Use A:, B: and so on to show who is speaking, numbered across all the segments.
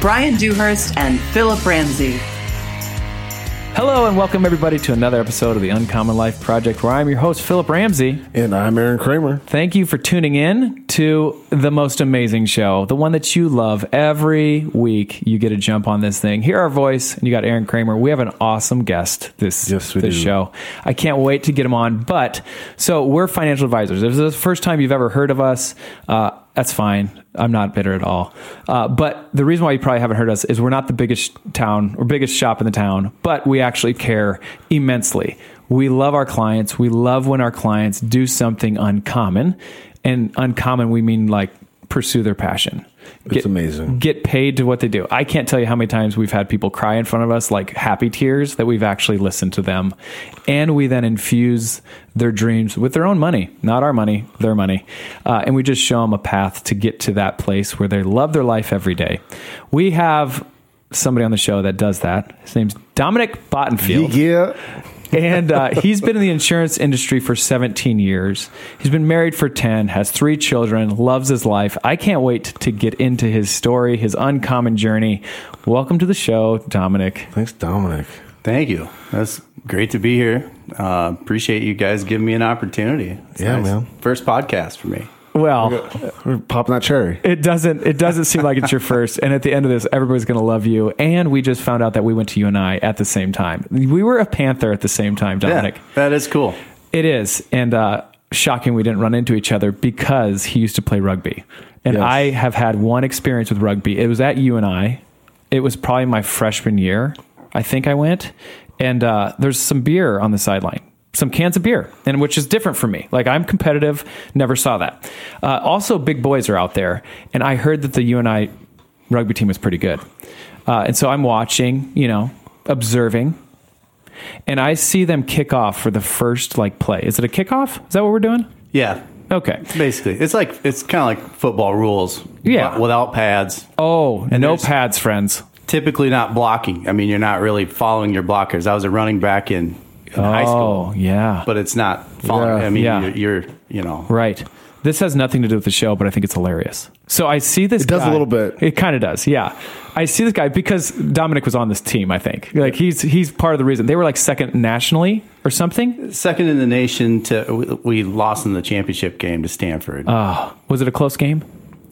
A: Brian Dewhurst and Philip Ramsey.
B: Hello and welcome everybody to another episode of the Uncommon Life Project where I'm your host Philip Ramsey.
C: And I'm Aaron Kramer.
B: Thank you for tuning in to the most amazing show, the one that you love every week. You get a jump on this thing. Hear our voice and you got Aaron Kramer. We have an awesome guest this
C: Yes, we
B: this
C: do.
B: show. I can't wait to get him on. But so we're financial advisors. If this is the first time you've ever heard of us, uh, that's fine. I'm not bitter at all. Uh, but the reason why you probably haven't heard us is we're not the biggest town or biggest shop in the town, but we actually care immensely. We love our clients. We love when our clients do something uncommon. And uncommon, we mean like pursue their passion.
C: It's amazing.
B: Get paid to what they do. I can't tell you how many times we've had people cry in front of us, like happy tears, that we've actually listened to them. And we then infuse their dreams with their own money, not our money, their money. Uh, and we just show them a path to get to that place where they love their life every day. We have somebody on the show that does that. His name's Dominic Bottenfield
C: Yeah.
B: and uh, he's been in the insurance industry for 17 years. He's been married for 10, has three children, loves his life. I can't wait to get into his story, his uncommon journey. Welcome to the show, Dominic.
C: Thanks, Dominic.
D: Thank you. That's great to be here. Uh, appreciate you guys giving me an opportunity. It's
C: Yeah, man.
D: First podcast for me.
B: Well,
C: We're popping that cherry.
B: it doesn't it doesn't seem like it's your first. And at the end of this, everybody's going to love you. And we just found out that we went to you and I at the same time. We were a Panther at the same time, Dominic.
D: Yeah, that is cool.
B: It is, and uh, shocking we didn't run into each other because he used to play rugby, and
C: Yes.
B: I have had one experience with rugby. It was at U and I. It was probably my freshman year. I think I went, and uh, there's some beer on the sideline. Some cans of beer, and which is different for me. Like I'm competitive, never saw that. Uh, also, big boys are out there, and I heard that the U and I rugby team was pretty good, uh, and so I'm watching, you know, observing, and I see them kick off for the first like play. Is it a kickoff? Is that what we're doing?
D: Yeah,
B: Okay.
D: basically, it's like it's kind of like football rules.
B: Yeah.
D: but without pads.
B: Oh, no
D: there's-
B: pads, friends.
D: Typically, not blocking. I mean, you're not really following your blockers. I was a running back in, in high school,
B: Oh, yeah.
D: but it's not following.
C: Yeah.
D: I mean,
B: Yeah.
D: you're, you're you know
B: right. This has nothing to do with the show, but I think it's hilarious. So I see this. It
C: does a little bit.
B: It kind of does. Yeah. I see this guy because Dominic was on this team. I think like he's he's part of the reason they were like second nationally or something.
D: second in the nation to we we lost in the championship game to Stanford.
B: Uh. Was it a close game?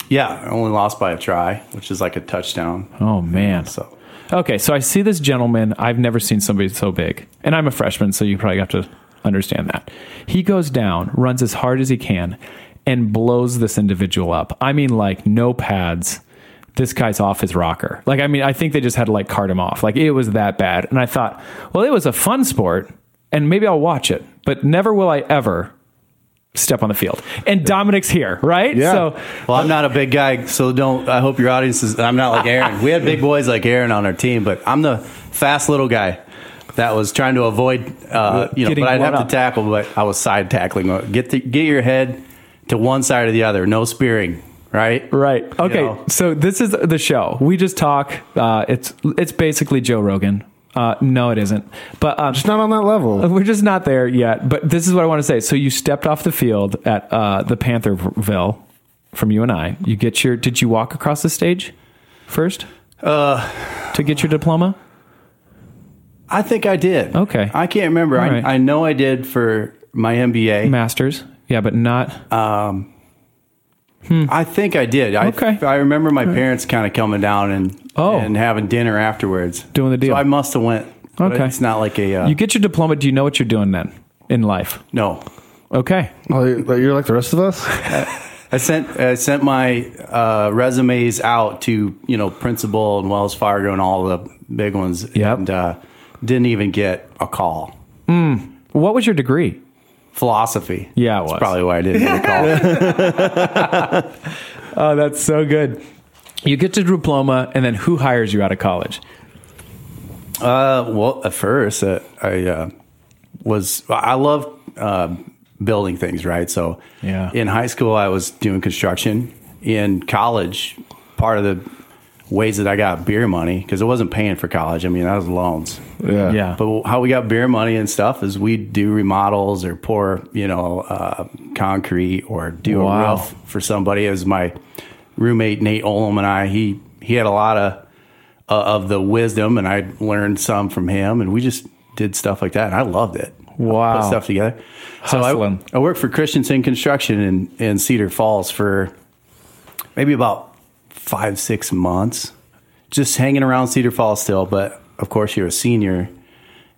D: yeah, only lost by a try, which is like a touchdown.
B: Oh man.
D: So
B: Okay, so I see this gentleman. I've never seen somebody so big. And I'm a freshman, so you probably have to understand that. He goes down, runs as hard as he can, and blows this individual up. I mean, like, no pads. This guy's off his rocker. Like, I mean, I think they just had to, like, cart him off. Like, it was that bad. And I thought, well, it was a fun sport, and maybe I'll watch it, but never will I ever step on the field. And Dominic's here, right?
C: Yeah.
B: So,
D: Well, I'm not a big guy, so don't. I hope your audience is. I'm not like Aaron. We had big boys like Aaron on our team, but I'm the fast little guy that was trying to avoid, uh, you know,
B: Getting
D: but I'd
B: one
D: have
B: up.
D: to tackle, but I was side tackling. Get the, get your head to one side or the other. No spearing, right?
B: Right. Okay.
D: know?
B: So this is the show. We just talk. Uh, it's it's basically Joe Rogan. Uh, no, it isn't. But um,
C: It's not on that level.
B: we're just not there yet. But this is what I want to say. So you stepped off the field at uh, the Pantherville from you and I. You get your. Did you walk across the stage first? Uh, to get your diploma.
D: I think I did.
B: Okay.
D: I can't remember. I,
B: All right.
D: I know I did for my MBA.
B: Masters. Yeah, but not.
D: I think I did. I,
B: Okay.
D: I remember my parents kind of coming down and
B: Oh.
D: and having dinner afterwards,
B: Doing the deal.
D: So I must have went. but
B: Okay.
D: It's not like a uh,
B: you get your diploma. Do you know what you're doing then in life?
D: no.
B: Okay.
C: Oh, you're like- you're like the rest of us?
D: I sent I sent my uh, resumes out to you know Principal and Wells Fargo and all the big ones,
B: Yep.
D: and uh, didn't even get a call.
B: What was your degree?
D: Philosophy,
B: Yeah, it
D: That's
B: was.
D: probably why I didn't get a call.
B: Oh, that's so good. You get to diploma, and then who hires you out of college?
D: Uh, well, at first, uh, I uh, was I love uh, building things, right? So,
B: Yeah.
D: In high school, I was doing construction. In college, part of the ways that I got beer money because I wasn't paying for college. I mean, that was loans.
C: Yeah.
B: Yeah.
D: But how we got beer money and stuff is we do remodels or pour, you know, uh, concrete or do
B: Wow.
D: a roof for somebody. It was my roommate Nate Olem and I. He he had a lot of uh, of the wisdom, and I learned some from him. And we just did stuff like that, and I loved it.
B: Wow.
D: put stuff together.
B: Hustling.
D: So I, I worked for Christensen Construction in in Cedar Falls for maybe about five six months, just hanging around Cedar Falls still. But of course, you're a senior.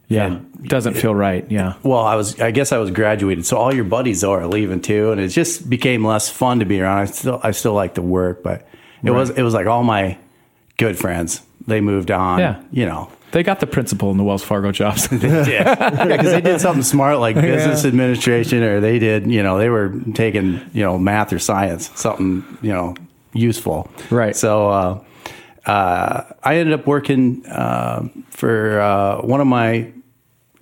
B: Yeah. Doesn't feel right. Yeah.
D: Well, I was, I guess I was graduated, so all your buddies are leaving too, and it just became less fun to be around. I still, I still like to work, but it was, it was like all my good friends they moved on.
B: Yeah.
D: you know,
B: They got the principal in the Wells Fargo jobs.
D: yeah, because they did something smart like business administration, or they did, you know, they were taking, you know, math or science, something, you know, useful.
B: Right.
D: So uh, uh, I ended up working uh, for uh, one of my,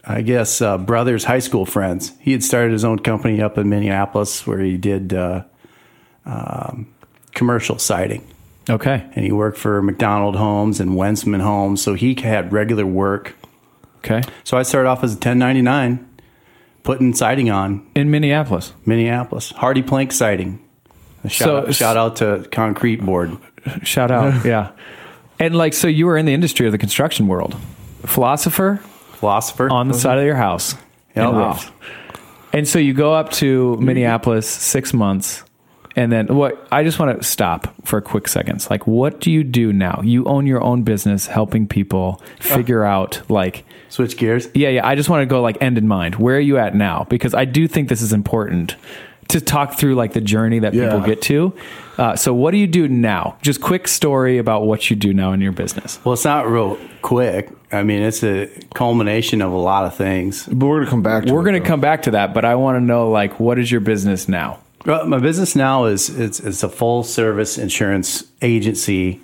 D: I guess, uh, brother's high school friends. He had started his own company up in Minneapolis where he did uh, um, commercial siding
B: okay.
D: and he worked for McDonald Homes and Wensman Homes. So he had regular work.
B: Okay.
D: So I started off as a 1099, putting siding on
B: In Minneapolis.
D: Minneapolis, Hardy Plank siding. A Shout,
B: So-
D: out, shout out to Concrete Board.
B: Shout out. yeah. And like, so you were in the industry of the construction world, philosopher
D: Philosopher.
B: on the side of your house.
D: Yeah.
B: And-
D: Wow.
B: And so you go up to Minneapolis six months. And then what I just want to stop for a quick seconds. Like, what do you do now? You own your own business, helping people figure out like
D: Switch gears.
B: yeah, yeah. I just want to go like end in mind. Where are you at now? Because I do think this is important to talk through like the journey that people
C: Yeah.
B: get to. Uh, so what do you do now? Just quick story about what you do now in your business.
D: Well, it's not real quick. I mean, it's a culmination of a lot of things.
C: But we're gonna come back. to
B: We're
C: it,
B: going
C: though.
B: to come back to that, but I want to know like what is your business now?
D: Well, my business now is it's, it's a full service insurance agency,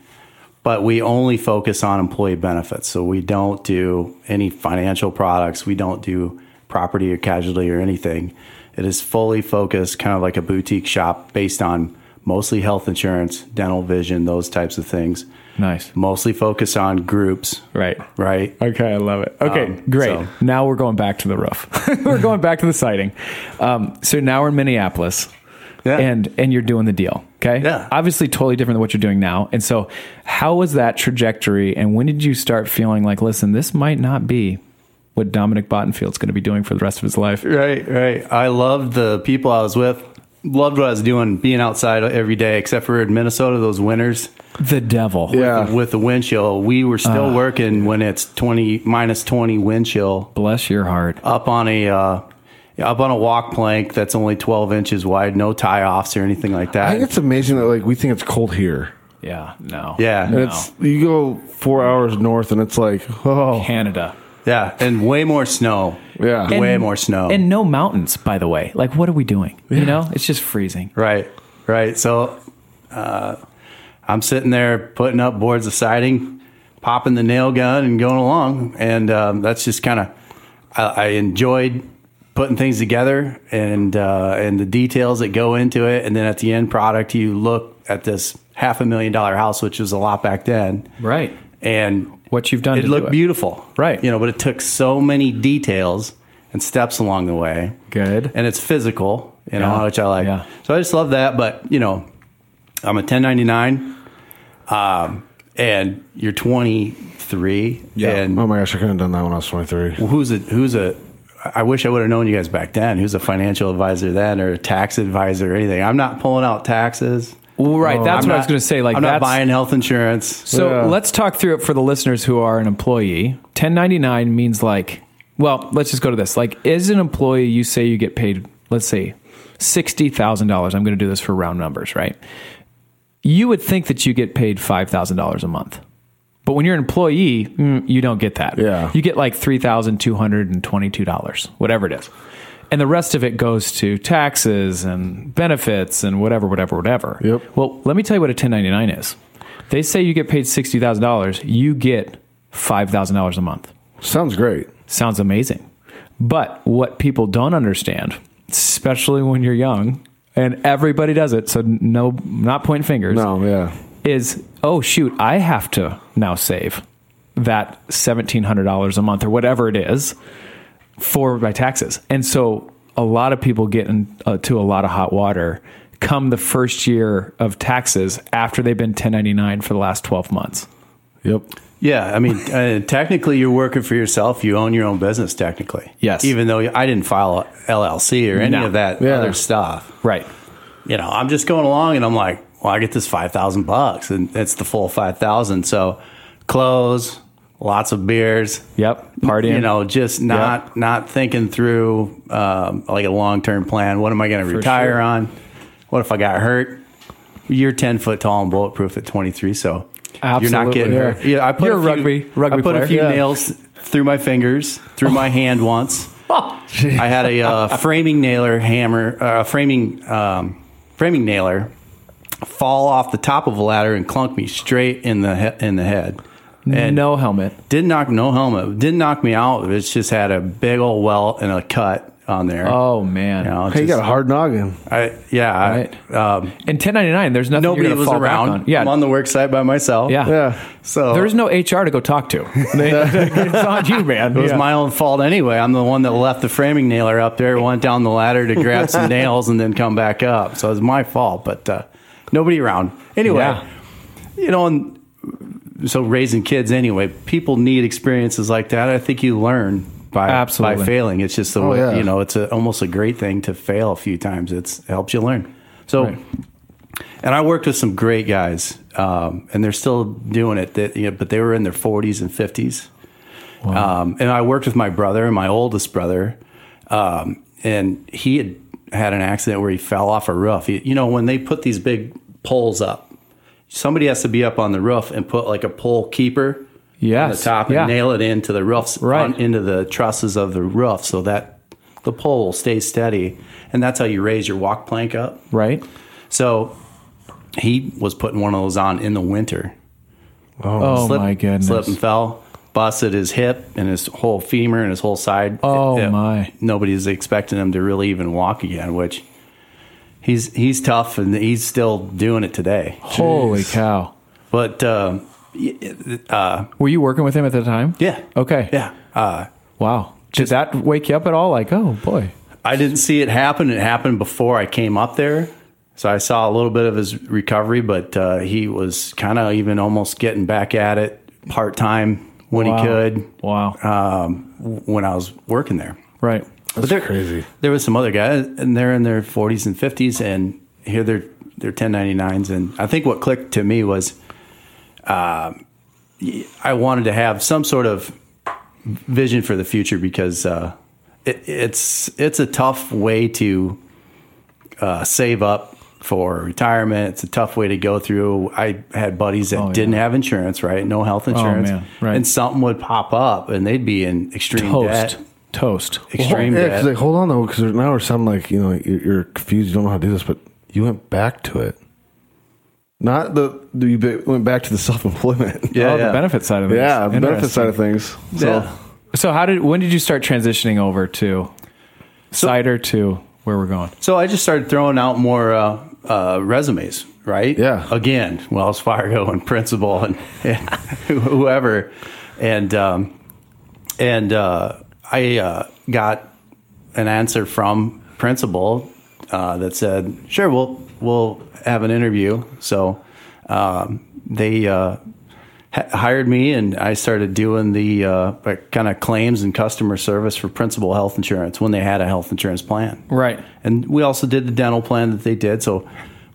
D: but we only focus on employee benefits. So we don't do any financial products. We don't do property or casualty or anything. It is fully focused, kind of like a boutique shop based on mostly health insurance, dental, vision, those types of things.
B: Nice.
D: Mostly focus on groups,
B: Right.
D: right?
B: Okay, I love it. Okay,
D: Um,
B: great.
D: so-
B: Now we're going back to the roof. we're going back to the siding. Um, so now we're in Minneapolis,
D: Yeah.
B: and and you're doing the deal. Okay.
D: Yeah.
B: Obviously, totally different than what you're doing now. And so, how was that trajectory? And when did you start feeling like, listen, this might not be what Dominic Bottenfield's going to be doing for the rest of his life?
D: Right, right. I loved the people I was with. Loved what I was doing, being outside every day, except for in Minnesota, those winters.
B: The devil.
C: Yeah. Uh,
D: with the wind chill. We were still working when it's 20 minus 20 wind chill
B: Bless your heart.
D: up on a uh, up on a walk plank that's only 12 inches wide, no tie offs or anything like
C: I think
D: that.
C: it's amazing that like we think it's cold here.
B: Yeah. No.
D: Yeah.
C: And
D: No.
C: it's you go four hours north and it's like oh
B: Canada.
D: Yeah, and way more snow.
C: Yeah.
D: way
B: And-
D: more snow.
B: And no mountains, by the way. Like, what are we doing? You know, it's just freezing.
D: Right, right. So uh, I'm sitting there putting up boards of siding, popping the nail gun, and going along. And um, that's just kind of I, I enjoyed putting things together and uh, and the details that go into it. And then at the end product, you look at this half a million dollar house, which was a lot back then,
B: Right.
D: and
B: What you've done.
D: it
B: to do
D: looked beautiful,
B: Right.
D: You know, but it took so many details and steps along the way.
B: Good.
D: and it's physical, you
B: Yeah.
D: know, which I like.
B: Yeah.
D: So I just love that. But you know, I'm a 1099, um, and you're 23, and
C: oh my gosh, I couldn't have done that when I was twenty three.
D: who's a who's a I wish I would have known you guys back then. Who's a financial advisor then, or a tax advisor, or anything? I'm not pulling out taxes. Oh,
B: Well, right. that's
D: I'm
B: what I
D: not-
B: was going to say. Like,
D: I'm
B: that's,
D: not buying health insurance.
B: So
C: Yeah.
B: let's talk through it for the listeners who are an employee. 1099 means like, well, let's just go to this. Like, as an employee, you say you get paid, let's say, $60,000. I'm going to do this for round numbers, right? You would think that you get paid $5,000 a month. But when you're an employee, mm, you don't get that.
C: Yeah.
B: You get like $3,222, whatever it is. And the rest of it goes to taxes and benefits and whatever, whatever, whatever.
C: Yep.
B: Well, let me tell you what a 1099 is. They say you get paid sixty thousand dollars, you get five thousand dollars a month.
C: Sounds great.
B: Sounds amazing. But what people don't understand, especially when you're young, and everybody does it, so no, not pointing fingers,
C: No, yeah.
B: is oh, shoot, I have to now save that $1,700 a month or whatever it is for my taxes. And so a lot of people get into uh, to a lot of hot water come the first year of taxes after they've been 1099 for the last 12 months.
C: Yep.
D: Yeah, I mean, uh, technically, you're working for yourself. You own your own business, technically.
B: Yes.
D: Even though I didn't file LLC or any
B: No.
D: of that
C: Yeah.
D: other stuff.
B: Right.
D: You know, I'm just going along, and I'm like, well, I get this five thousand bucks, and it's the full five thousand. So, clothes, lots of beers.
B: Yep. Partying.
D: You know, just not not thinking through um, like a long term plan. What am I going to retire
B: sure.
D: on? What if I got hurt? You're ten foot tall and bulletproof at 23, so you're
B: Absolutely.
D: not getting hurt.
B: Yeah.
D: Yeah, I put
B: You're
D: a
B: a
D: few,
B: rugby- rugby
D: I put
B: player.
D: a few
B: Yeah.
D: nails through my fingers, through my hand once. I had a uh, framing nailer hammer, uh, framing um, framing nailer fall off the top of a ladder and clunk me straight in the he- in the head. And
B: no helmet.
D: didn't knock no helmet. Didn't knock me out. It's just had a big old welt and a cut on there.
B: Oh man.
D: You know,
C: Hey, you
D: just-
C: got a hard noggin.
D: I, yeah. I-
B: Right.
D: um,
B: In 1099, there's nothing
D: nobody
B: you're gonna
D: was
B: fall back
D: around.
B: on. Yeah.
D: I'm on the work site by myself.
B: yeah.
C: Yeah.
D: So
B: There's no HR to go talk to. They- it's on you, man.
D: It was my own fault anyway. I'm the one that left the framing nailer up there, went down the ladder to grab some nails, and then come back up. So it was my fault, but uh, nobody around. Anyway,
B: Yeah.
D: you know, and so raising kids anyway, people need experiences like that. I think you learn by
B: Absolutely.
D: by failing. It's just the way
C: yeah.
D: you know. It's a, almost a great thing to fail a few times. It's, it helps you learn. So.
B: Right.
D: And I worked with some great guys, um, and they're still doing it. That, you know, but they were in their 40s and 50s. Um, and I worked with my brother, my oldest brother, um, and he had had an accident where he fell off a roof. You, you know, when they put these big poles up, somebody has to be up on the roof and put like a pole keeper on the
B: Yes.
D: top and
B: Yeah.
D: nail it into the roofs,
B: Right.
D: on- into the trusses of the roof, so that the pole stays steady. And that's how you raise your walk plank up.
B: Right.
D: So he was putting one of those on in the winter.
B: Oh my goodness.
D: Slipped and fell, busted his hip and his whole femur and his whole side.
B: Oh, my.
D: Nobody's expecting him to really even walk again, which he's he's tough and he's still doing it today.
B: Holy cow.
D: But um,
B: Were you working with him at the time?
D: yeah,
B: Okay.
D: yeah. Uh,
B: Wow. Did that wake you up at all? Like, oh boy.
D: I didn't see it happen. It happened before I came up there. So I saw a little bit of his recovery, but uh, he was kind of even almost getting back at it part time when
B: Wow.
D: he could
B: Wow.
D: um, w- when I was working there.
B: right.
D: That's there,
C: crazy.
D: There was some other guys, and they're in their 40s and 50s, and here they're they're 1099s. And I think what clicked to me was, um, y- I wanted to have some sort of vision for the future because uh, it, it's it's a tough way to uh, save up for retirement. It's a tough way to go through. I had buddies that
B: Oh, yeah. Oh,
D: didn't have insurance, right? No health insurance,
B: man. Right.
D: and something would pop up, and they'd be in extreme
B: Toast.
D: debt.
B: Toast.
D: Extreme
C: yeah,
D: debt.
C: 'cause, like, hold on though, because now we're sounding like you know you're, you're confused. You don't know how to do this, but you went back to it. Not the you be- went back to the self employment.
D: Yeah,
B: oh, the
D: yeah.
B: benefit side of it.
C: yeah, the benefit side of things. So
D: Yeah.
B: So how did when did you start transitioning over to cider to where we're going?
D: So I just started throwing out more uh, uh, resumes, right?
C: Yeah.
D: Again, Wells Fargo and principal and, and whoever, and um, and uh, I uh, got an answer from principal uh, that said, "Sure, we'll we'll have an interview." So um, they uh, h- hired me, and I started doing the uh, kind of claims and customer service for principal health insurance when they had a health insurance plan.
B: Right.
D: And we also did the dental plan that they did. So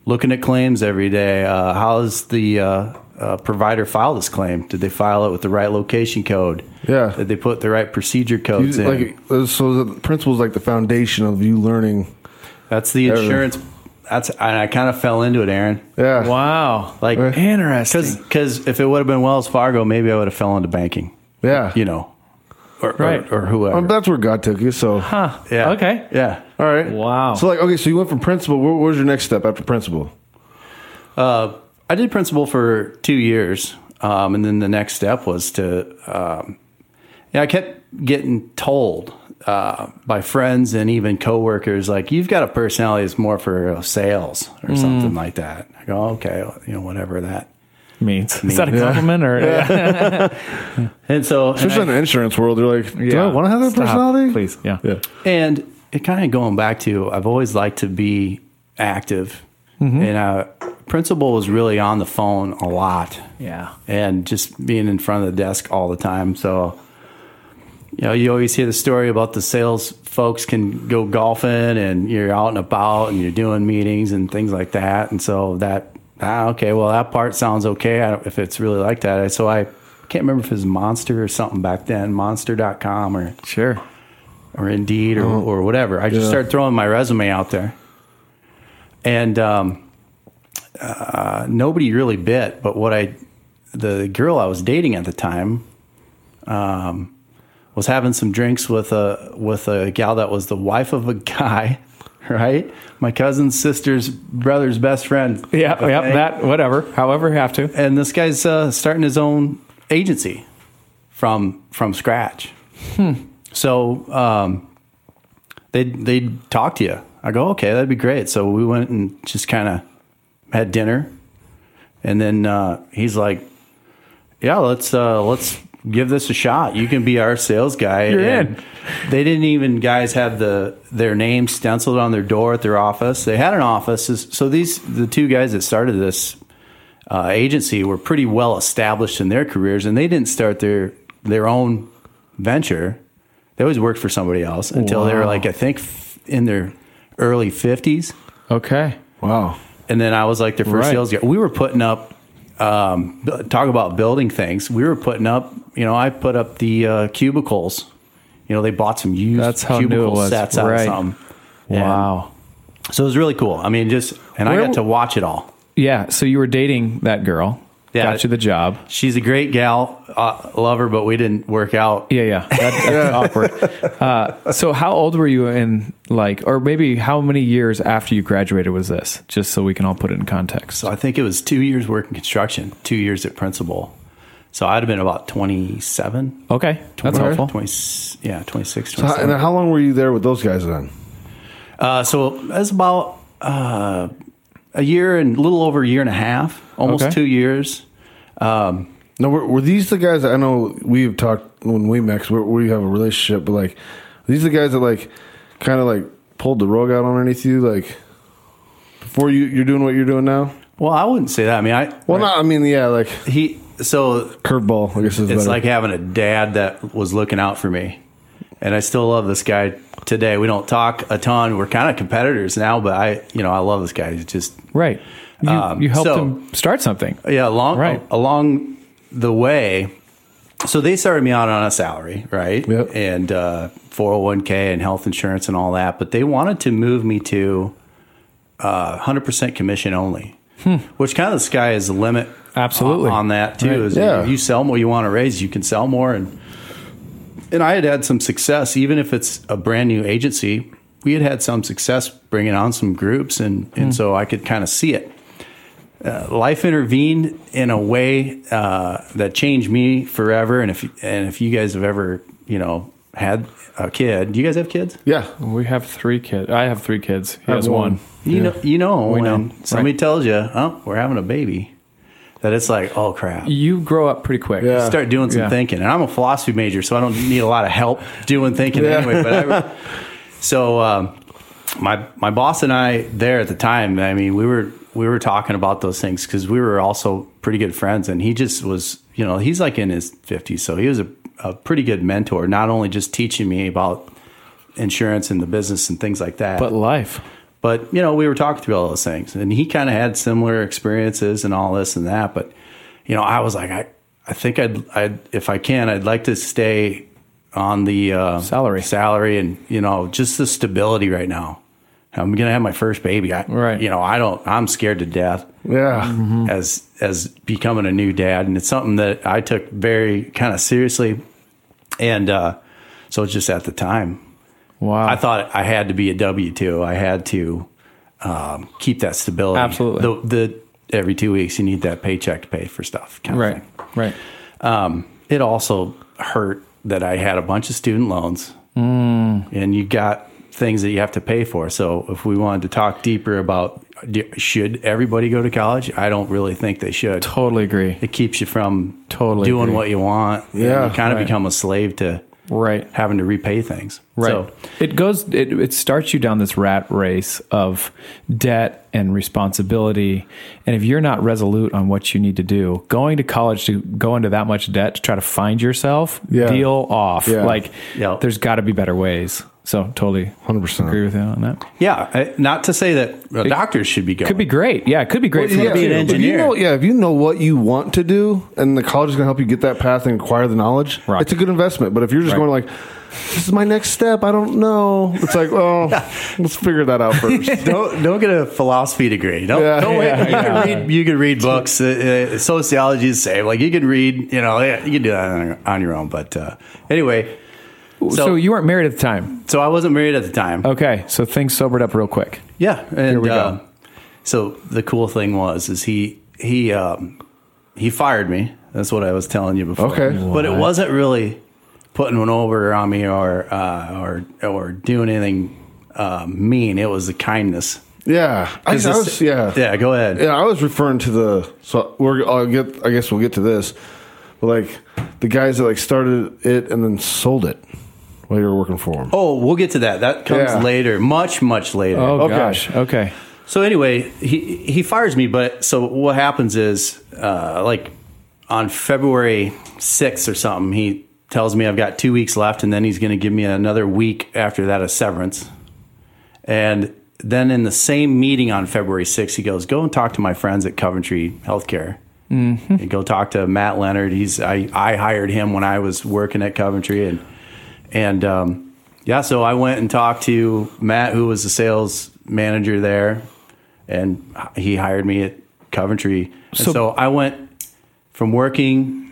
D: looking at claims every day, uh, how's the uh, uh, provider file this claim? Did they file it with the right location code?
C: Yeah.
D: Did they put the right procedure
C: you,
D: codes in?
C: like uh, so the principle is like the foundation of you learning.
D: that's the
C: Everything.
D: insurance. That's and I kind of fell into it, Aaron.
C: Yeah.
B: Wow.
D: Like
B: Interesting.
D: because if it would have been Wells Fargo, maybe I would have fell into banking.
C: Yeah.
D: You know, or
B: Right.
D: or, or whoever.
C: Um, that's where God took you. So
B: Huh.
D: yeah.
B: Okay.
D: Yeah.
C: all right.
B: Wow.
C: So like okay, so you went from principal. What what was your next step after principal?
D: I did principal for two years, um, and then the next step was to. Um, yeah, I kept getting told uh, by friends and even coworkers, like you've got a personality that's more for uh, sales or something like that. I go, okay, you know, whatever that.
B: means. Is that a compliment or
D: And so, and
C: Especially
D: I-
C: in the insurance world, you're like, do
B: Yeah.
C: I want to have that
B: Stop,
C: personality?
B: Please, yeah.
C: Yeah.
D: And it kind of going back to, I've always liked to be active. And uh, principal was really on the phone a lot.
B: Yeah.
D: And just being in front of the desk all the time. So, you know, you always hear the story about the sales folks can go golfing and you're out and about and you're doing meetings and things like that. And so that, ah, okay, well, that part sounds okay I don't, if it's really like that. So I can't remember if it was Monster or something back then, monster.com or
B: Sure.
D: or Indeed or, or whatever. I just
C: Yeah.
D: started throwing my resume out there. And um, uh, nobody really bit, but what I, the girl I was dating at the time, um, was having some drinks with a with a gal that was the wife of a guy, right? My cousin's sister's brother's best friend.
B: Yeah,
D: Okay?
B: yeah, that whatever. However, you have to.
D: and this guy's uh, starting his own agency from from scratch.
B: Hmm.
D: So um, they they talk to you. I go, okay, that'd be great. So we went and just kind of had dinner, and then uh, he's like, yeah, let's uh, let's give this a shot. You can be our sales guy.
B: You're
D: And
B: in.
D: They didn't even guys have the their name stenciled on their door at their office. They had an office, so these the two guys that started this uh, agency were pretty well established in their careers, and they didn't start their their own venture. They always worked for somebody else until they were
B: Wow.
D: like I think f- in their early fifties,
B: Okay.
C: Wow.
D: and then I was like their first
B: Right.
D: sales guy. We were putting up um, bu- talk about building things. We were putting up, you know, I put up the uh, cubicles. You know, they bought some used
B: That's how new it
D: cubicle
B: was.
D: sets out
B: Right.
D: of something. And
B: Wow.
D: so it was really cool. I mean, just and I
B: Where
D: got
B: w-
D: to watch it all.
B: Yeah. So you were dating that girl.
D: Yeah.
B: Got you the job.
D: She's a great gal, uh, love her, but we didn't work out.
B: Yeah, yeah. That, that's awkward. Uh, so how old were you in like, or maybe how many years after you graduated was this? Just so we can all put it in context.
D: So I think it was two years working construction, two years at principal. So I'd have been about 27.
B: Okay, that's
D: Or
B: helpful.
D: 20, yeah, 26,
C: How,
D: 27.
C: and how long were you there with those guys then?
D: Uh, so that's about uh, a year and a little over a year and a half, almost
B: Okay.
D: two years.
C: No, were, were these the guys? I know we've talked when we mix. We, we have a relationship, but like, were these the guys that like kind of like pulled the rug out underneath you, like before you you're doing what you're doing now.
D: Well, I wouldn't say that. I mean, I
C: Well, not. I mean, yeah, like
D: he so
C: curveball. I guess is
D: it's
C: better.
D: like having a dad that was looking out for me, and I still love this guy today. We don't talk a ton. We're kind of competitors now, but I you know I love this guy. He's just
B: Right. You,
D: Um,
B: you helped
D: so-
B: him start something.
D: yeah along
B: Right.
D: along the way. So they started me out on a salary, right?
C: Yep.
D: And uh, 401k and health insurance and all that, but they wanted to move me to uh, 100% commission only, which kind of the sky is the limit.
B: Hmm. Absolutely.
D: on, on that too. Is
C: Yeah.
D: if you sell more, you want to raise, you can sell more, and and I had had some success, even if it's a brand new agency. We had had some success bringing on some groups, and
B: Hmm.
D: and so I could kind of see it. Uh, life intervened in a way uh, that changed me forever. And if and if you guys have ever you know had a kid, do you guys have kids?
C: yeah,
B: We have three kids. I have three kids. He
C: I
B: has
C: have
B: one.
C: one.
D: You know, you know, when
B: know,
D: somebody
B: right.
D: tells you, "Oh, we're having a baby," that it's like, "Oh crap!"
B: You grow up pretty quick.
C: Yeah.
D: start doing some
B: Yeah.
D: thinking. And I'm a philosophy major, so I don't need a lot of help doing thinking
C: Yeah.
D: anyway. But I, so um, my my boss and I there at the time, I mean, we were we were talking about those things because we were also pretty good friends, and he just was, you know, he's like in his 50s, so he was a, a pretty good mentor, not only just teaching me about insurance and the business and things like that,
B: But life.
D: but you know we were talking through all those things and he kind of had similar experiences and all this and that but you know i was like i i think i'd i'd if i can i'd like to stay on the uh,
B: Salary.
D: salary and you know just the stability right now i'm gonna have my first baby I,
B: Right. Mm.
D: you know i don't i'm scared to death
C: yeah.
B: Mm-hmm.
D: as as becoming a new dad and it's something that i took very kind of seriously and uh so it's just at the time
B: Wow.
D: I thought I had to be a W two. I had to um, keep that stability.
B: Absolutely.
D: The, the every two weeks you need that paycheck to pay for stuff. Kind
B: Right.
D: Of thing.
B: Right.
D: Um, it also hurt that I had a bunch of student loans,
B: Mm.
D: and you got things that you have to pay for. So if we wanted to talk deeper about d- should everybody go to college, I don't really think they should.
B: Totally agree.
D: It keeps you from
B: Totally
D: doing
B: agree.
D: what you want. and
C: Yeah,
D: you kind of
B: right.
D: become a slave to
B: Right.
D: having to repay things.
B: Right.
D: So,
B: it goes. It, it starts you down this rat race of debt and responsibility, and if you're not resolute on what you need to do, going to college to go into that much debt to try to find yourself,
C: Yeah.
B: deal off.
C: Yeah.
B: Like,
D: Yeah.
B: there's got to be better ways. So totally,
C: 100%.
B: agree with you on that.
D: yeah, I- not to say that uh, doctors should be going.
B: Could be great. Yeah, it could be great. for
D: yeah.
B: them
D: be an
B: too.
D: engineer.
C: If you know, yeah, if you know what you want to do, and the college is going to help you get that path and acquire the knowledge,
B: Right.
C: it's a good investment. But if you're just
B: Right.
C: going like, "This is my next step," I don't know. It's like, well, let's figure that out first.
D: don't don't get a philosophy degree. Don't,
C: Yeah.
D: don't wait. you can read you can read books. Uh, uh, sociology is the same. Like you can read, you know, yeah, you can do that on your, on your own. But uh, anyway, so,
B: So, you weren't married at the time.
D: so I wasn't married at the
C: Oh,
D: time.
B: Okay, so things sobered up real quick.
D: Yeah, and
B: we go.
D: uh, so the cool thing was is he he um, he fired me. That's what I was telling you before.
C: Okay.
D: but it wasn't really putting one over on me or uh, or or doing anything uh, mean. It was the kindness.
C: yeah, I, I
D: 'Cause this-
C: was, yeah,
D: yeah. Go ahead.
C: Yeah, I was referring to the so we're I'll get I guess we'll get to this, but like the guys that like started it and then sold it while you were working for them.
D: Oh, we'll get to that. That comes
C: Yeah.
D: later, much much later.
B: Oh
C: Okay.
B: gosh. Okay.
D: So anyway, he he fires me, but so what happens is uh, like on February sixth or something, he tells me I've got two weeks left, and then he's going to give me another week after that of severance. And then in the same meeting on February sixth, he goes, "Go and talk to my friends at Coventry Healthcare." And go talk to Matt Leonard. He's I, I hired him when I was working at Coventry, and and um, yeah, so I went and talked to Matt, who was the sales manager there, and he hired me at Coventry.
B: So-
D: and so I went from working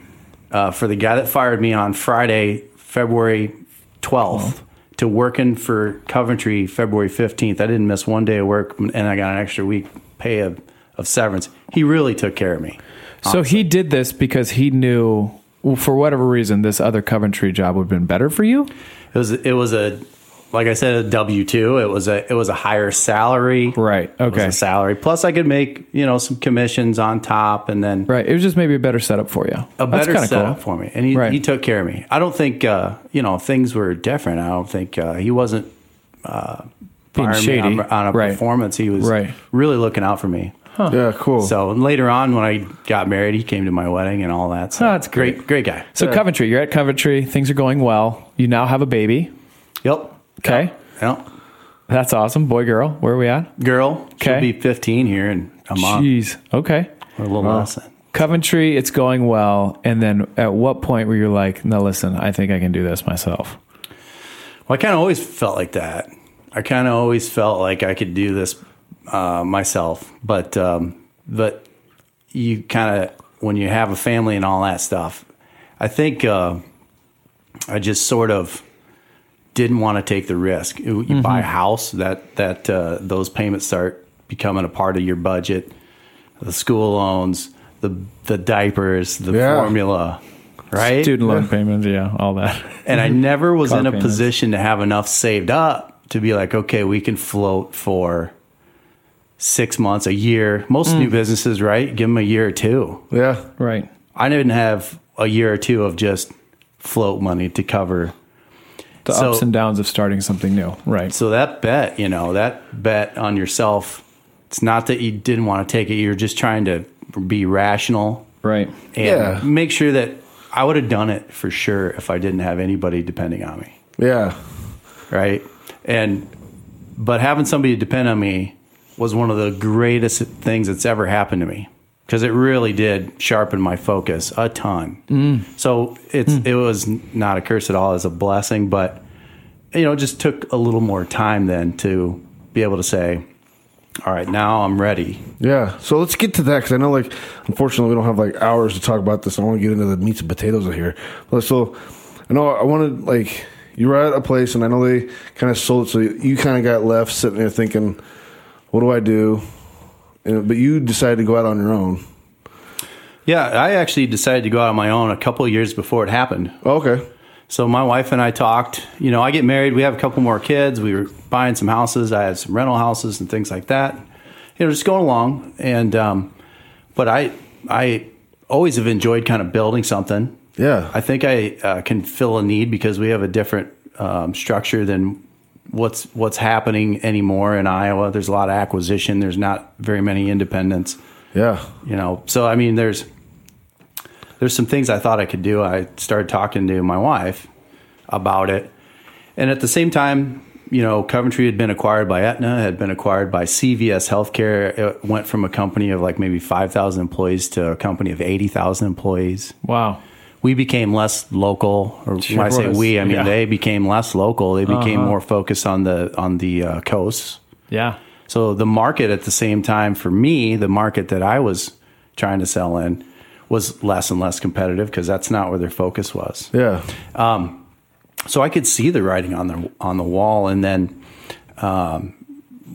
D: uh, for the guy that fired me on Friday, February 12th, to working for Coventry February 15th. I didn't miss one day of work, and I got an extra week pay of, of severance. He really took care of me.
B: So he did this because he knew, well, for whatever reason, this other Coventry job would have been better for you.
D: It was it was a like I said a W two. It was a it was a higher salary.
B: Right,
D: It was
B: okay.
D: a salary. Plus, I could make you know some commissions on top, and then
B: Right. It was just maybe a better setup for you.
D: a better
B: kinda
D: setup for me. And he,
B: Right.
D: he took care of me. I don't think uh, you know things were different. I don't think uh, he wasn't
B: Being
D: firing me
B: shady.
D: on, on a
B: Right.
D: performance. He was
B: Right.
D: really looking out for me.
C: Yeah, cool.
D: So and later on, when I got married, he came to my wedding and all that. So
B: Oh, that's great.
D: great, great guy.
B: So Coventry, you're at Coventry. Things are going well. You now have a baby.
D: Yep.
B: Okay.
D: Yep.
B: That's awesome. Boy, girl, where are we at?
D: Girl,
B: Okay.
D: she'll be 15 here in a month.
B: Jeez. Okay.
D: or A little less. than-
B: Coventry, it's going well. And then at what point were you like, no, listen, I think I can do this myself?
D: Well, I kind of always felt like that. I kind of always felt like I could do this uh, myself, but um, but you kind of when you have a family and all that stuff, I think uh, I just sort of didn't want to take the risk. You you buy a
B: Mm-hmm.
D: house that that uh, those payments start becoming a part of your budget, the school loans, the the diapers, the
C: Yeah.
D: formula, right?
B: Student loan payments. Yeah. All that.
D: and I never was
B: Mm-hmm. Car
D: in a
B: payments.
D: position to have enough saved up to be like, okay, we can float for six months, a year. Most
B: Mm.
D: new businesses, right? Give them a year or two.
C: yeah,
B: Right.
D: I didn't have a year or two of just float money to cover.
B: The
D: So-
B: ups and downs of starting something new. Right.
D: So that bet, you know, that bet on yourself, it's not that you didn't want to take it. You're just trying to be rational
B: Right.
D: and
C: Yeah.
D: make sure that I would have done it for sure if I didn't have anybody depending on me.
C: yeah,
D: right? And but having somebody depend on me was one of the greatest things that's ever happened to me because it really did sharpen my focus a ton. So it's it was not a curse at all; it's a blessing. But you know, it just took a little more time then to be able to say, "All right, now I'm ready."
C: yeah. So let's get to that because I know, like, unfortunately, we don't have like hours to talk about this. I want to get into the meats and potatoes of here. But so I know I wanted like you were at a place, and I know they kind of sold it, so you kind of got left sitting there thinking, "What do I do?" And- but you decided to go out on your own.
D: Yeah, I actually decided to go out on my own a couple of years before it happened.
C: Oh, Okay.
D: So my wife and I talked. You know, I get married. We have a couple more kids. We were buying some houses. I had some rental houses and things like that. You know, just going along. And um, but I I always have enjoyed kind of building something.
C: Yeah.
D: I think I uh, can fill a need because we have a different um, structure than what's what's happening anymore in Iowa. There's a lot of acquisition. There's not very many independents
C: yeah.
D: you know so i mean there's there's some things i thought i could do i started talking to my wife about it and at the same time you know coventry had been acquired by aetna had been acquired by cvs healthcare it went from a company of like maybe 5000 employees to a company of 80000 employees
B: Wow.
D: we became less local or when i say
B: was.
D: we i mean
B: Yeah. Uh-huh.
D: they became less local they became more focused on the on the uh, coasts
B: Yeah.
D: so the market at the same time for me, the market that I was trying to sell in was less and less competitive because that's not where their focus was.
C: Yeah.
D: So I could see the writing on the on the wall, and then um,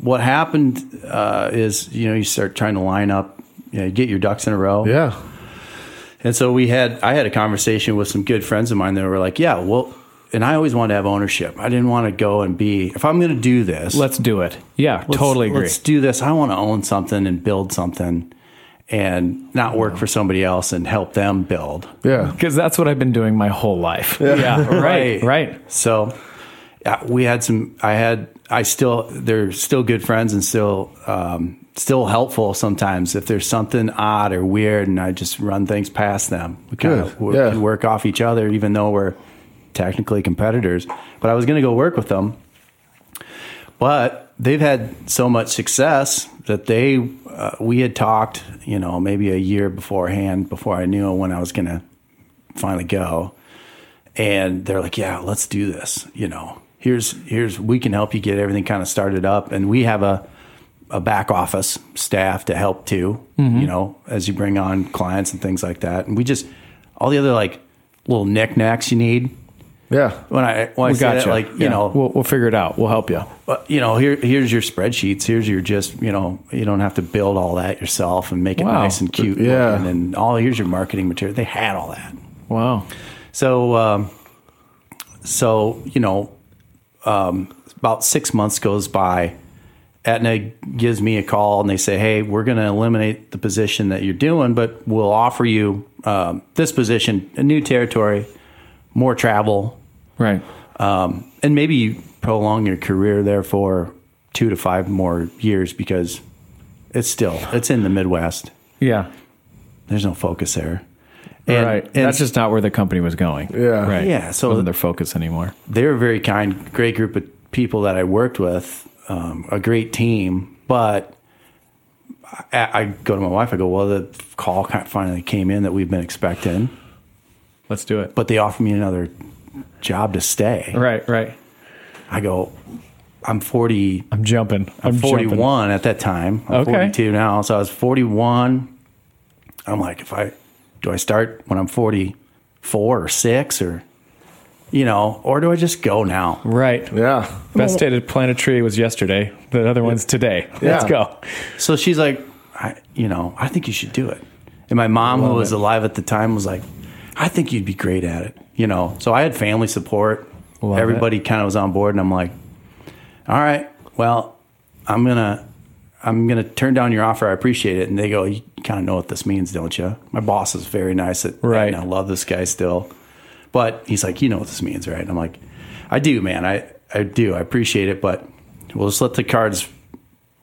D: what happened uh, is you know you start trying to line up, you know, get your ducks in a row,
C: Yeah.
D: and so we had, I had a conversation with some good friends of mine that were like, yeah, well, and I always wanted to have ownership. I didn't want to go and be, if I'm going to do this,
B: Let's do it. Yeah.
D: let's-
B: totally agree.
D: Let's do this. I want to own something and build something and not work for somebody else and help them build.
C: Yeah.
B: Because that's what I've been doing my whole life. Yeah. right. Right.
D: So uh, we had some, I had, I still, they're still good friends and still, um, still helpful sometimes if there's something odd or weird and I just run things past them. We kind
C: Good.
D: of work,
C: Yeah.
D: we work off each other, even though we're technically competitors. But I was going to go work with them. But they've had so much success that they, uh, we had talked, you know, maybe a year beforehand before I knew when I was going to finally go and they're like, "Yeah, let's do this." You know, here's here's we can help you get everything kind of started up, and we have a a back office staff to help too.
B: Mm-hmm.
D: You know, as you bring on clients and things like that, and we just all the other like little knickknacks you need.
C: Yeah.
D: When I when I
B: We
D: say
B: got
D: that,
B: you.
D: like you
B: Yeah.
D: know,
B: we'll, we'll figure it out. We'll help you.
D: but, you know, here here's your spreadsheets. Here's your just you know you don't have to build all that yourself and make it
B: Wow.
D: nice and cute.
C: Yeah.
D: looking, and all here's your marketing material. They had all that.
B: Wow.
D: So, um, so you know, um, about six months goes by. Aetna gives me a call and they say, "Hey, we're going to eliminate the position that you're doing, but we'll offer you um, this position, a new territory, more travel,
B: Right.
D: um, and maybe you prolong your career there for two to five more years because it's still it's in the Midwest.
B: Yeah.
D: The's no focus there." And,
B: right.
D: and
B: that's just not where the company was going.
C: Yeah.
B: Right.
D: Yeah, so-
B: wasn't their focus anymore.
D: they were a very kind, great group of people that I worked with, um, a great team. But I, I go to my wife, I go, well, the call kind of finally came in that we've been expecting,
B: Let's do it.
D: but they offered me another job to stay.
B: right. Right.
D: I go, I'm 40,
B: I'm jumping. I'm, jumping.
D: 41 at that time. I'm
B: Okay.
D: 42 now. So I was 41. I'm like, if I, do I start when I'm 44 or six or, you know, or do I just go now?
B: Right.
C: Yeah.
B: Best dated planet tree was yesterday. The other one's today. Let's
C: Yeah.
B: go.
D: So she's like, I, you know, I think you should do it. And my mom, who was alive at the time, was like, I think you'd be great at it. You know, so I had family support.
B: Love it.
D: Everybody kind of was on board, and I'm like, all right, well, I'm gonna, I'm gonna turn down your offer. I appreciate it. And they go, you kind of know what this means, don't you? My boss is very nice at,
B: Right.
D: And I love this guy still, but he's like, you know what this means, right? And I'm like, I do, man. I, I do. I appreciate it, but we'll just let the cards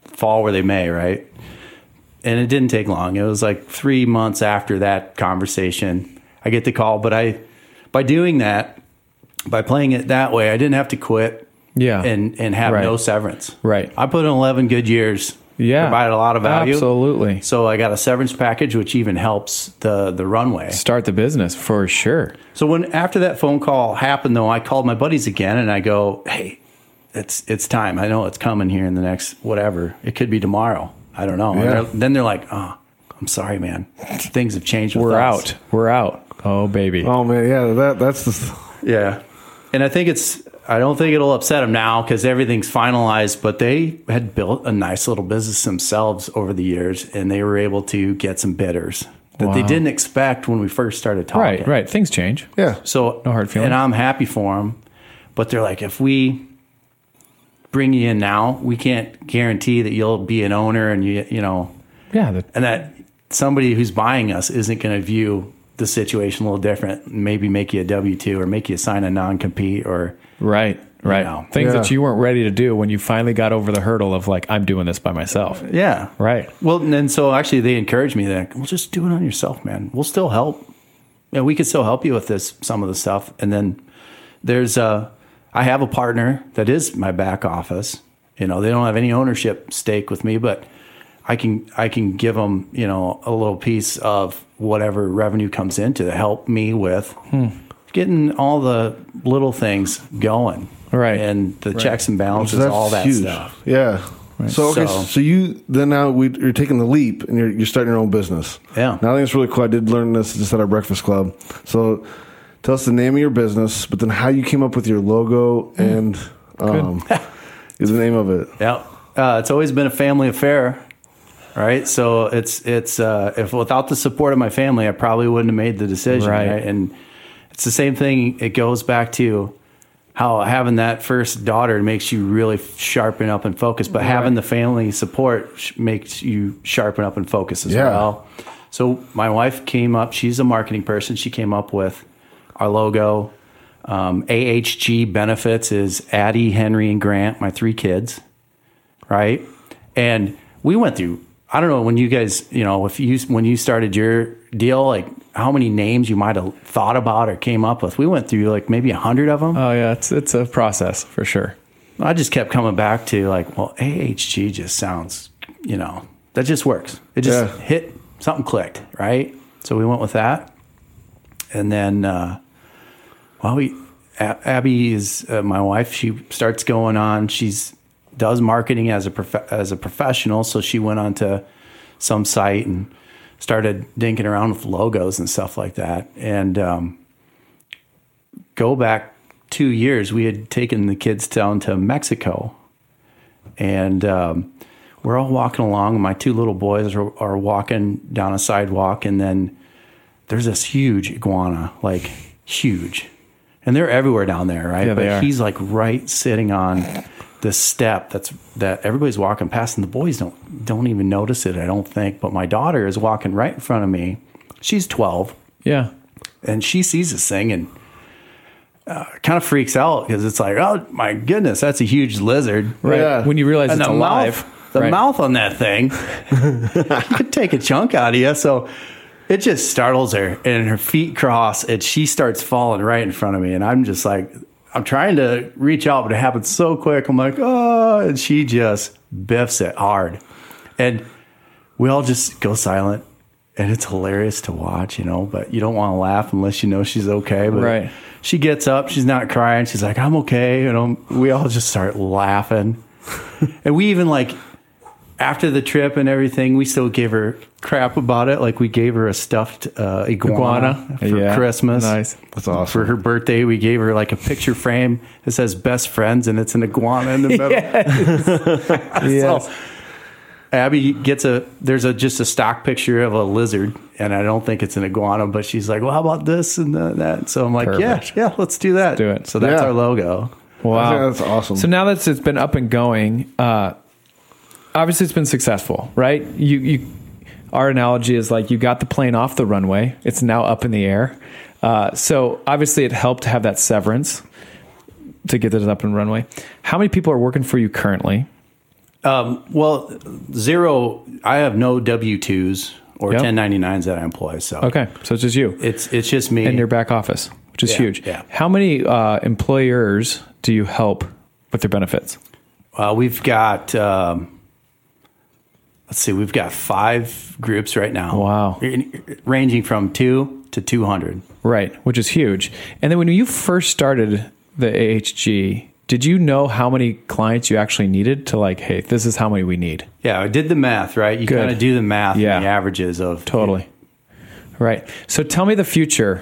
D: fall where they may, right? And it didn't take long. It was like three months after that conversation, I get the call. But I, by doing that, by playing it that way, I didn't have to quit.
B: Yeah.
D: and and have
B: Right.
D: no severance.
B: Right.
D: I put in eleven good years.
B: Yeah.
D: provided a lot of value.
B: Absolutely.
D: So I got a severance package, which even helps the the runway.
B: Start the business for sure.
D: So when after that phone call happened, though, I called my buddies again and I go, "Hey, it's it's time. I know it's coming here in the next whatever. It could be tomorrow. I don't know." And
C: Yeah.
D: they're- then they're like, "Oh, I'm sorry, man. Things have changed. With
B: We're
D: us."
B: out. We're out. Oh baby.
C: Oh man. Yeah. That. That's the.
D: Yeah, and I think it's I don't think it'll upset them now because everything's finalized. But they had built a nice little business themselves over the years, and they were able to get some bidders that they
B: Wow.
D: didn't expect when we first started talking.
B: Right, right. Things change.
C: Yeah.
D: So
B: No hard feelings.
D: And I'm happy for them, but they're like, if we bring you in now, we can't guarantee that you'll be an owner, and you you know,
B: Yeah. The,
D: and that somebody who's buying us isn't going to view the situation a little different. Maybe make you a W two or make you sign a non compete or.
B: right, right.
D: know.
B: Things that
C: Yeah.
B: you weren't ready to do when you finally got over the hurdle of like, I'm doing this by myself.
D: Yeah.
B: Right.
D: Well, and then so actually they encouraged me that, well, just do it on yourself, man. We'll still help. Yeah, we could still help you with this, some of the stuff. And then there's a, I have a partner that is my back office. You know, they don't have any ownership stake with me, but I can, I can give them, you know, a little piece of whatever revenue comes in to help me with
B: Hmm.
D: getting all the little things going.
B: Right.
D: And the checks and
C: So
D: balances, all that stuff.
C: Yeah. So okay,
D: So-
C: so, you then now we, you're taking the leap and you're, you're starting your own business.
D: Yeah.
C: Now I think it's really cool. I did learn this just at our breakfast club. So tell us the name of your business, but then how you came up with your logo and um, is the name of it.
D: Yeah, uh, it's always been a family affair, right? So it's it's uh, if without the support of my family, I probably wouldn't have made the decision,
B: Right.
D: right? And it's the same thing. It goes back to how having that first daughter makes you really sharpen up and focus, but having the family support sh- makes you sharpen up and focus as
C: Yeah.
D: well. So my wife came up. She's a marketing person. She came up with our logo. Um, AHG benefits is Addie, Henry, and Grant, my three kids right? And we went through. I don't know when you guys, you know, if you when you started your deal, like how many names you might have thought about or came up with. We went through like maybe a hundred of them.
B: Oh, yeah. It's, it's a process for sure.
D: I just kept coming back to like, well, AHG just sounds, you know, that just works. It just
C: Yeah.
D: hit something clicked, right? So we went with that, and then, uh, well, we A- Abby is uh, my wife. She starts going on. She's does marketing as a prof- as a professional, so she went on to some site and started dinking around with logos and stuff like that, and. um, go back two years, we had taken the kids down to Mexico, and um, we're all walking along. My two little boys are, are walking down a sidewalk, and then there's this huge iguana, like huge, and they're everywhere down there, right?
B: Yeah,
D: but
B: they are.
D: he's like right sitting on this step that's that everybody's walking past, and the boys don't don't even notice it. I don't think, but my daughter is walking right in front of me. She's twelve
B: Yeah.
D: and she sees this thing and uh, kind of freaks out because it's like, oh my goodness, that's a huge lizard.
B: Right.
C: Yeah.
B: When you realize
D: And
B: it's
D: the
B: alive.
D: mouth, the
B: Right.
D: mouth on that thing could take a chunk out of you. So it just startles her, and her feet cross, and she starts falling right in front of me, and I'm just like, I'm trying to reach out, but it happens so quick. I'm like, oh, and she just biffs it hard, and we all just go silent. And it's hilarious to watch, you know, but you don't want to laugh unless you know she's okay. But
B: Right.
D: she gets up, she's not crying, she's like, I'm okay. You know, we all just start laughing. And we even like after the trip and everything, we still gave her crap about it. Like we gave her a stuffed uh, iguana,
B: Iguana.
D: for
B: Yeah.
D: Christmas.
B: Nice.
C: That's awesome.
D: For her birthday, we gave her like a picture frame that says "best friends" and it's an iguana in the middle.
B: Oh,
D: So Abby gets a there's a just a stock picture of a lizard, and I don't think it's an iguana, but she's like, "Well, how about this and the- that?" So I'm like,
B: Perfect.
D: "Yeah, yeah, let's do that."
B: do it.
D: So that's
C: Yeah.
D: our logo.
C: I
B: Wow.
C: think that's awesome.
B: So now that it's been up and going, uh, obviously it's been successful, right? You, you, our analogy is like you got the plane off the runway; it's now up in the air. Uh, so obviously, it helped to have that severance to get it up in runway. How many people are working for you currently?
D: Well, zero. I have no W twos or
B: Yep.
D: 1099s that I employ. So
B: Okay, so it's just you
D: it's it's just me.
B: and your back office, which is
D: Yeah,
B: huge.
D: yeah.
B: How many uh, employers do you help with their benefits?
D: Uh, we've got um, let's see, we've got five groups right now.
B: Wow.
D: In- ranging from two to two hundred.
B: Right, which is huge. And then when you first started the AHG, did you know how many clients you actually needed to like, hey, this is how many we need?
D: Yeah, I did the math, right? You
B: Good.
D: kind of do the math
B: Yeah.
D: and the averages of
B: Totally. Right. So tell me the future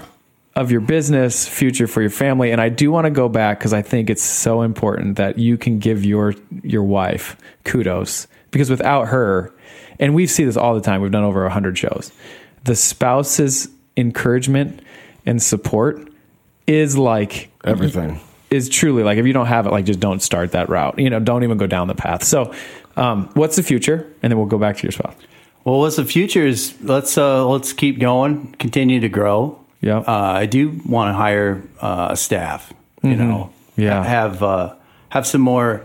B: of your business, future for your family. And I do want to go back because I think it's so important that you can give your your wife kudos because without her, and we see this all the time. We've done over hundred shows. The spouse's encouragement and support is like
C: Everything.
B: is truly like if you don't have it, like just don't start that route. You know, don't even go down the path. So, um, what's the future? And then we'll go back to your spouse.
D: Well, what's the future is let's uh, let's keep going, continue to grow.
B: Yeah.
D: uh, I do want to hire uh, staff. You know,
B: Yeah.
D: have uh, have some more,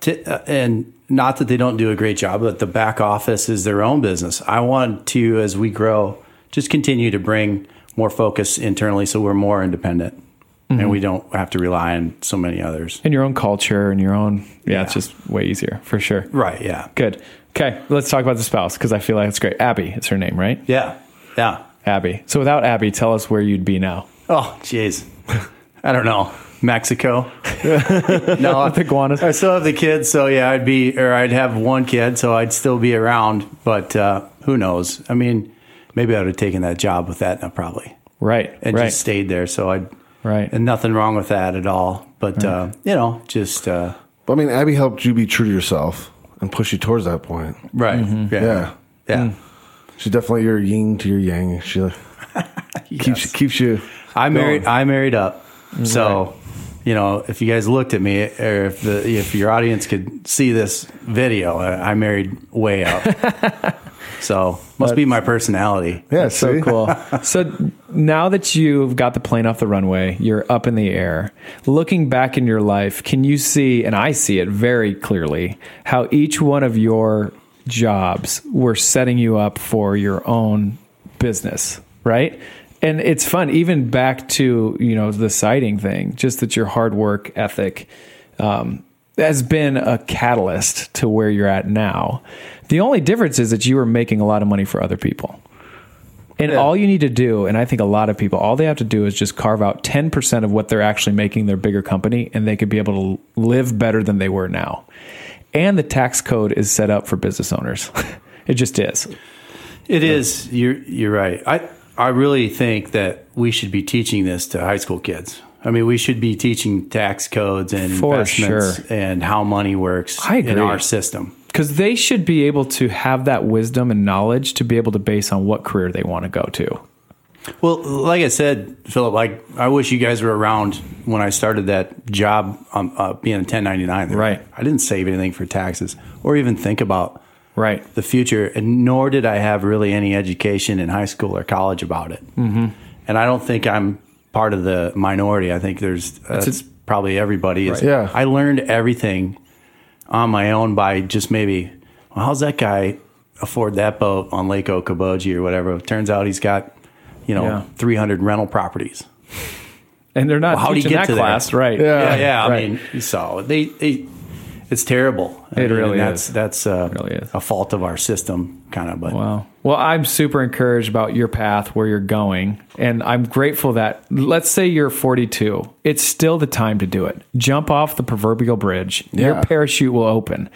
D: t- uh, and not that they don't do a great job, but the back office is their own business. I want to, as we grow, just continue to bring more focus internally, so we're more independent, and we don't have to rely on so many others.
B: In your own culture and your own, yeah, it's
D: Yeah.
B: just way easier for sure.
D: Right? Yeah.
B: Good. Okay, let's talk about the spouse because I feel like it's great. Abby, it's her name, right?
D: Yeah. Yeah.
B: Abby. So without Abby, tell us where you'd be now.
D: Oh, jeez. I don't know. Mexico. no, I
B: The iguanas.
D: I still have the kids, so yeah, I'd be or I'd have one kid, so I'd still be around. But uh, who knows? I mean, maybe I would have taken that job with that, uh, probably,
B: Right.
D: and
B: right.
D: just stayed there. So I'd
B: Right.
D: and nothing wrong with that at all. But uh, you know, just uh,
C: But I mean, Abby helped you be true to yourself and push you towards that point.
D: right, Mm-hmm. yeah,
C: Yeah.
D: yeah.
C: She's definitely your yin to your yang. She like, keeps keeps you.
D: I married.
C: going.
D: I married up.
B: Mm-hmm.
D: So, you know, if you guys looked at me, or if the if your audience could see this video, I I married way up. so must be my personality.
C: Yeah,
B: so
C: see?
B: cool. So now that you've got the plane off the runway, you're up in the air. Looking back in your life, can you see, and I see it very clearly, how each one of your jobs were setting you up for your own business, right? And it's fun, even back to you know the sighting thing, just that your hard work ethic um, has been a catalyst to where you're at now. The only difference is that you were making a lot of money for other people. And all you need to do, and I think a lot of people, all they have to do is just carve out 10% of what they're actually making their bigger company, and they could be able to live better than they were now. And the tax code is set up for business owners. it just is.
D: It is. You're you're right. I I really think that we should be teaching this to high school kids. I mean, we should be teaching tax codes and
B: For
D: investments
B: sure.
D: and how money works
B: I
D: in
B: agree.
D: our system.
B: Because they should be able to have that wisdom and knowledge to be able to base on what career they want to go to.
D: Well, like I said, Philip, like I wish you guys were around when I started that job um, uh, being a 1099. There.
B: Right.
D: I didn't save anything for taxes or even think about
B: Right.
D: the future, and nor did I have really any education in high school or college about it. Mm-hmm. And I don't think I'm part of the minority. I think there's that's probably everybody. Is,
C: Yeah.
D: I learned everything on my own by just maybe, well, how's that guy afford that boat on Lake Okoboji or whatever? Turns out he's got, you know,
B: Yeah.
D: 300 rental properties.
B: And they're not
D: Well, how do you
B: teaching
D: get
B: that
D: to there?
B: class. Right.
C: Yeah.
D: yeah, yeah.
B: right.
D: I mean, so they, they it's terrible. I
B: It
D: mean,
B: really
D: and that's
B: is.
D: that's uh,
B: really is.
D: a fault of our system, kind of. But
B: Wow. Well, I'm super encouraged about your path where you're going. And I'm grateful that, let's say you're 42, it's still the time to do it. Jump off the proverbial bridge, your
C: Yeah.
B: parachute will open.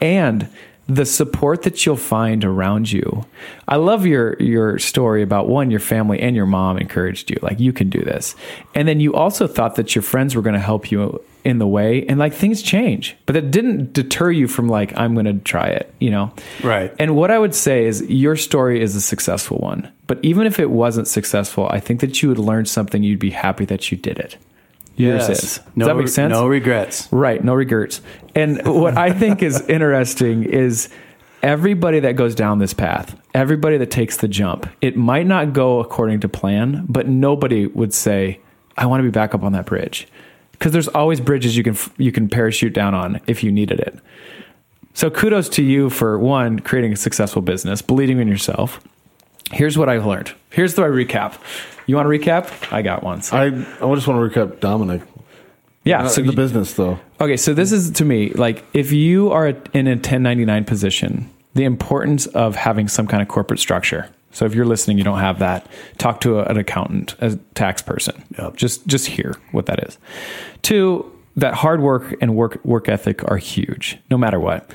B: And the support that you'll find around you. I love your your story about one your family and your mom encouraged you like you can do this. And then you also thought that your friends were going to help you in the way and like things change. But that didn't deter you from like I'm going to try it, you know.
D: Right.
B: And what I would say is your story is a successful one. But even if it wasn't successful, I think that you would learn something you'd be happy that you did it. Yours is. Does
D: No,
B: that make sense?
D: No regrets.
B: Right, no regrets. And what I think is interesting is everybody that goes down this path, everybody that takes the jump, it might not go according to plan, but nobody would say, "I want to be back up on that bridge," because there's always bridges you can you can parachute down on if you needed it. So kudos to you for one creating a successful business, believing in yourself. Here's what I learned. Here's the recap. You want to recap? I got one. So-
C: I I just want to recap Dominic.
B: yeah.
C: Not
B: so Uh,
C: in the
B: you-
C: business though.
B: Okay, so this is to me like if you are in a 1099 position, the importance of having some kind of corporate structure. So if you're listening, you don't have that. Talk to a, an accountant, a tax person.
D: Yep.
B: Just just hear what that is. Two, that hard work and work work ethic are huge, no matter what.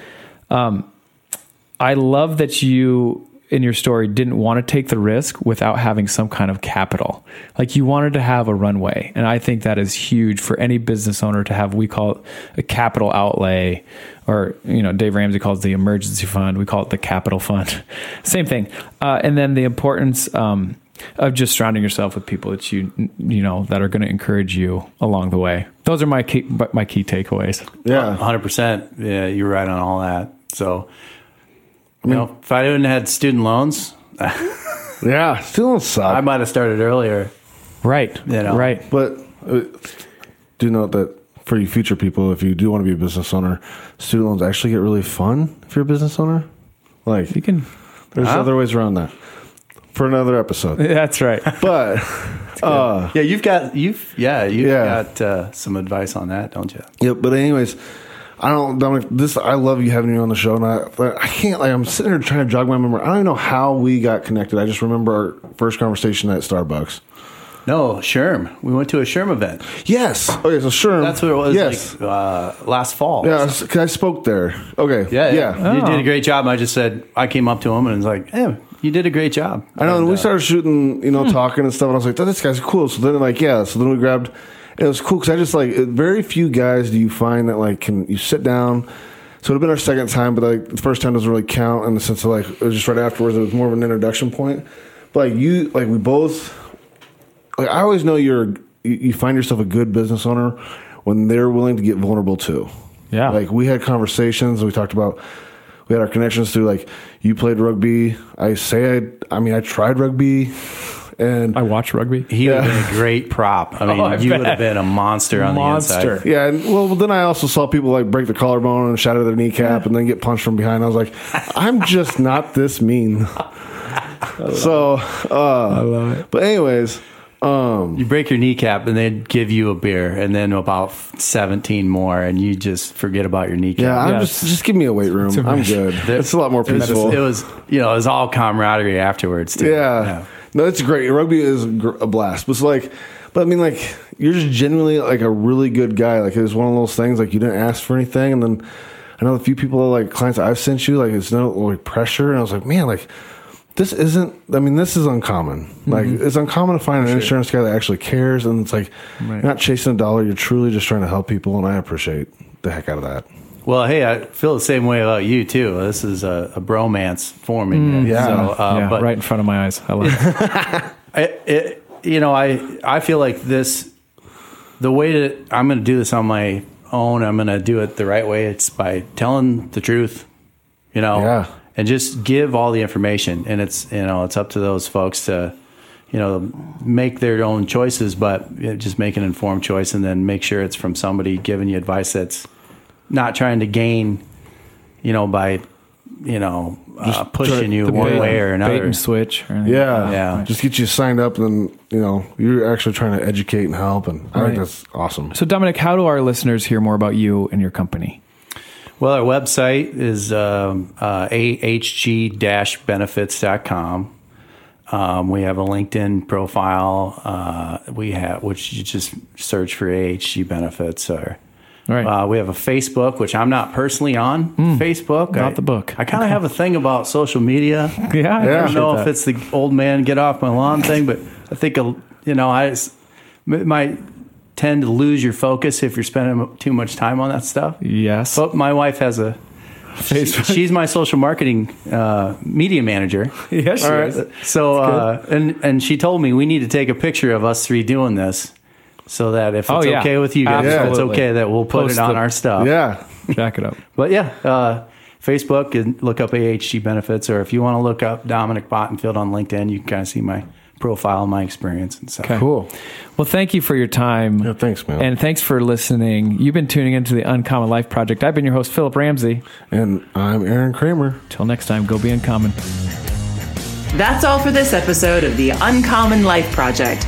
B: I love that you in your story didn't want to take the risk without having some kind of capital. Like you wanted to have a runway. And I think that is huge for any business owner to have, we call it a capital outlay, or, you know, Dave Ramsey calls it the emergency fund. We call it the capital fund. Same thing. Uh, and then the importance, um, of just surrounding yourself with people that you you know that are going to encourage you along the way. Those are my key, my key takeaways.
C: Yeah.
B: uh,
D: 100%. Yeah, you're right on all that. So, you know, if I hadn't had student loans,
C: Yeah. Still don't suck.
D: I might have started earlier.
B: Right.
D: You know.
B: Right.
C: But uh, do note that for you future people, if you do want to be a business owner, student loans actually get really fun if you're a business owner. Like,
B: You can.
C: there's other ways around that for another episode.
B: That's right.
C: but uh,
D: Yeah, you've got you've yeah you've
C: Yeah.
D: got uh, some advice on that, don't you?
C: yeah, but anyways, I don't Dominic. This I love you having you on the show, and I but I can't like I'm sitting here trying to jog my memory. I don't even know how we got connected. I just remember our first conversation at Starbucks.
D: No, Sherm. We went to a Sherm event.
C: Yes. Okay, so sure.
D: That's what it was
C: Yes.
D: like uh, last fall.
C: yeah, I was- 'cause I spoke there. Okay.
D: yeah, yeah.
C: Yeah.
D: You
B: Oh.
D: did a great job. I just said I came up to him and was like, "Hey, you did a great job."
C: I know. And
D: And,
C: we
D: uh,
C: started shooting, you know, talking and stuff. And I was like, this guy's cool. So then, like, yeah. So then we grabbed. It was cool because I just like very few guys do you find that like can you sit down. So it would have been our second time, but like the first time doesn't really count in the sense of like it was just right afterwards. It was more of an introduction point. But like you, like we both, like I always know you're you, you find yourself a good business owner when they're willing to get vulnerable too.
B: Yeah.
C: Like we had conversations. We talked about we had our connections through like you played rugby. I say I I mean I tried rugby, and
B: I watch rugby.
D: he would have been a great prop. Oh, I mean,
B: I
D: you would
B: bet.
D: have been a monster on the
B: Monster.
D: inside.
C: yeah, and well then I also saw people like break their collarbone and shatter their kneecap and then get punched from behind. I was like, I'm just not this mean. so uh, I love it. But anyways,
D: You break your kneecap, and they'd give you a beer, and then about seventeen more, and you just forget about your kneecap.
C: yeah, I'm
B: Yes.
C: just just give me a weight room. I'm good. It's a lot more
D: It was-
C: peaceful.
D: It was, you know, it was all camaraderie afterwards. Too.
C: Yeah. No, it's great. Rugby is gr- a blast. But it's like, but I mean, like, you're just genuinely like a really good guy. Like, it was one of those things, like, you didn't ask for anything. And then I know a few people, like, clients I've sent you, like, it's no like pressure. And I was like, man, like, this isn't, I mean, this is uncommon. Like, it's uncommon to find an insurance guy that actually cares. And it's like, you're not chasing a dollar. You're truly just trying to help people. And I appreciate the heck out of that.
D: Well, hey, I feel the same way about you too. This is a, a bromance forming.
C: yeah.
D: So, uh,
B: yeah,
D: but
B: right in front of my eyes. I love it.
D: I, it, you know, I I feel like this. The way to I'm going to do this on my own. I'm going to do it the right way. It's by telling the truth. You know.
C: Yeah.
D: And just give all the information, and it's you know it's up to those folks to, you know, make their own choices, but you know, just make an informed choice, and then make sure it's from somebody giving you advice that's not trying to gain, you know, by, you know, uh, pushing you
B: The
D: one
B: bait-
D: way or
B: Bait
D: another.
B: and switch. Or anything.
C: Yeah.
D: Yeah.
C: Just get you signed up and then, you know, you're actually trying to educate and help. And I
B: Right.
C: think that's awesome.
B: So Dominic, how do our listeners hear more about you and your company?
D: Well, our website is um, uh, ahg benefits.com. Um, we have a LinkedIn profile. Uh, we have, which you just search for AHG benefits or.
B: Right. Hmm.
D: Uh, we have a Facebook, which I'm not personally on Facebook.
B: not
D: I-
B: the book.
D: I kind of have a thing about social media.
B: Yeah.
C: Yeah.
D: I
C: appreciate
D: don't know if it's the old man get off my lawn thing, but I think uh, you know I s- m- might tend to lose your focus if you're spending too much time on that stuff.
B: Yes.
D: But my wife has a. she- she's my social marketing uh, media manager.
B: yes.
D: All right. So uh, and and she told me we need to take a picture of us three doing this, so that if it's
B: Oh, yeah.
D: okay with you guys, if it's
B: Absolutely.
D: okay that we'll put
B: Post
D: it on
B: the-
D: our stuff.
C: Yeah.
B: Jack it up.
D: But yeah, uh, Facebook and look up AHG benefits, or if you want to look up Dominic Bottenfield on LinkedIn, you can kind of see my profile, my experience, and stuff.
B: Okay.
C: Cool.
B: Well, thank you for your time.
C: Yeah, thanks, man.
B: And thanks for listening. You've been tuning into the Uncommon Life Project. I've been your host, Philip Ramsey.
C: And I'm Aaron Kramer.
B: Till next time, go be uncommon.
A: That's all for this episode of the Uncommon Life Project,